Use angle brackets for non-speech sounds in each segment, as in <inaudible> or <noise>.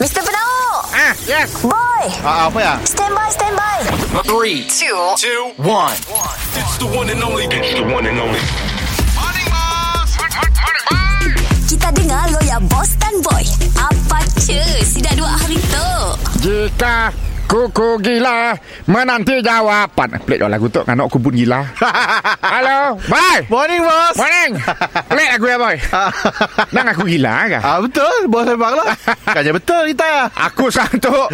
Mr. Penau Ah, yes. Boy Ah, apa ya? Stand by stand by Three, two, two, one. It's the one and only. It's the one and only. Kita dengar lo ya boss dan boy Apa cuy Sudah dua hari tu Jika kuku gila menanti jawapan. Pelik dah lagu tu kan nak kubun <laughs> gila. Halo, bye. Morning bos Morning. Pelik lagu ya <laughs> boy. Nang aku gila ke? Ah betul Bos abang lah Kerja betul kita Aku santuk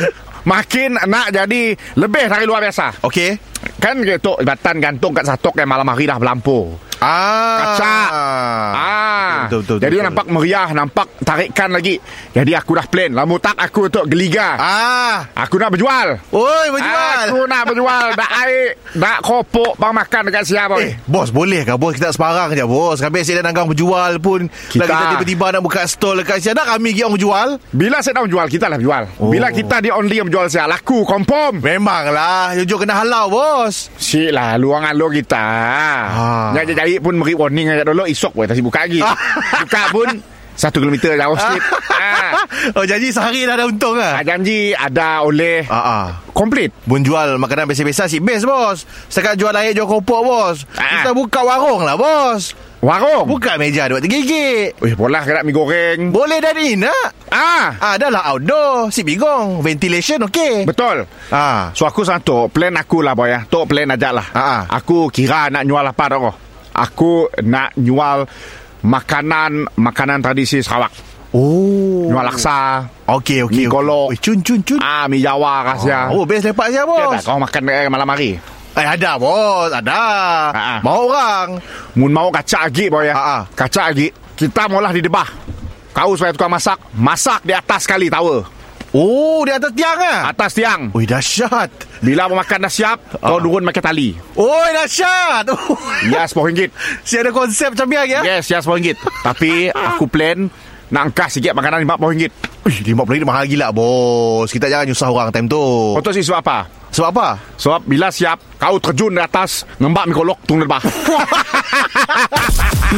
makin nak jadi lebih dari luar biasa. Okey Kan gitu batan gantung kat satu kan malam hari dah berlampau. Ah Kacak. Ah. Ah Betul betul Jadi betul, nampak meriah, nampak tarikan lagi. Jadi aku dah plan. Lamu tak aku tu geliga. Ah Aku nak berjual. Oi menjual Aku nak berjual dak air, dak kopok bang makan dekat siapa. Eh, bos boleh ke bos kita separang je bos. Kami asyik dan dagang berjual pun. Kita- Kita, kita tiba-tiba nak buka stall dekat siapa nak kami pergi orang berjual. Bila saya nak berjual, kita lah berjual. Oh. Bila kita di only yang berjual saya laku confirm. Memanglah jujur kena halau bos. Sik lah luang alur kita. Ah. Nak cari pun beri warning aja dulu esok weh tadi buka <laughs> lagi. buka pun satu kilometer jauh sikit. ah. <laughs> oh janji sehari dah ada untung Ah, ah. janji ada oleh Ah ah. komplit. Bun jual makanan biasa-biasa si best bos. Sekarang jual air jual kopok bos. Ah. Kita buka warung lah bos. Warung. Buka meja dua tiga gigit. Eh, bola kena mi goreng. Boleh dan in nak. Ah, Ah dah lah outdoor Si bigong Ventilation okey betul. Ah So aku sang tok plan aku lah boy ya. Tok plan ajak lah. Ha, ha. Aku kira nak nyual apa dah Aku nak nyual makanan makanan tradisi Sarawak. Oh Nyual laksa, Okey Ni okey kolok. Oi, Cun cun cun ah mi Jawa rahsia. Oh best lepak siapa Okey tak bos kau makan eh, malam hari. Eh ada bos Ada Ah, ah. Mau orang Mun mau kacak lagi boy ya. Ha, ha. Kacak lagi. Kita maulah di debah. Kau supaya tukang masak, masak di atas kali tower. Oh di atas tiang ah. Atas tiang. Oi dahsyat Bila mau makan dah siap, Ha. kau turun pakai tali. Oi dahsyat <laughs> Ya, RM10. Si ada konsep macam biar <laughs> ya Yes, ya RM10. <laughs> Tapi aku plan nak angkat sikit makanan RM50. Ui, RM50 mahal gila bos Kita jangan nyusah orang time tu Kau tahu sih sebab apa? Sebab apa? Sebab bila siap, kau terjun dari atas, ngembak mikolok, turun dari bawah.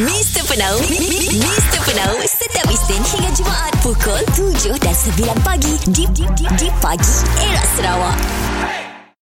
Mr. Penau Mi- Mi- Mi- Mr. Penau Setiap Isnin hingga Jumaat Pukul 7 dan 9 pagi Di, di, di, di pagi Era Sarawak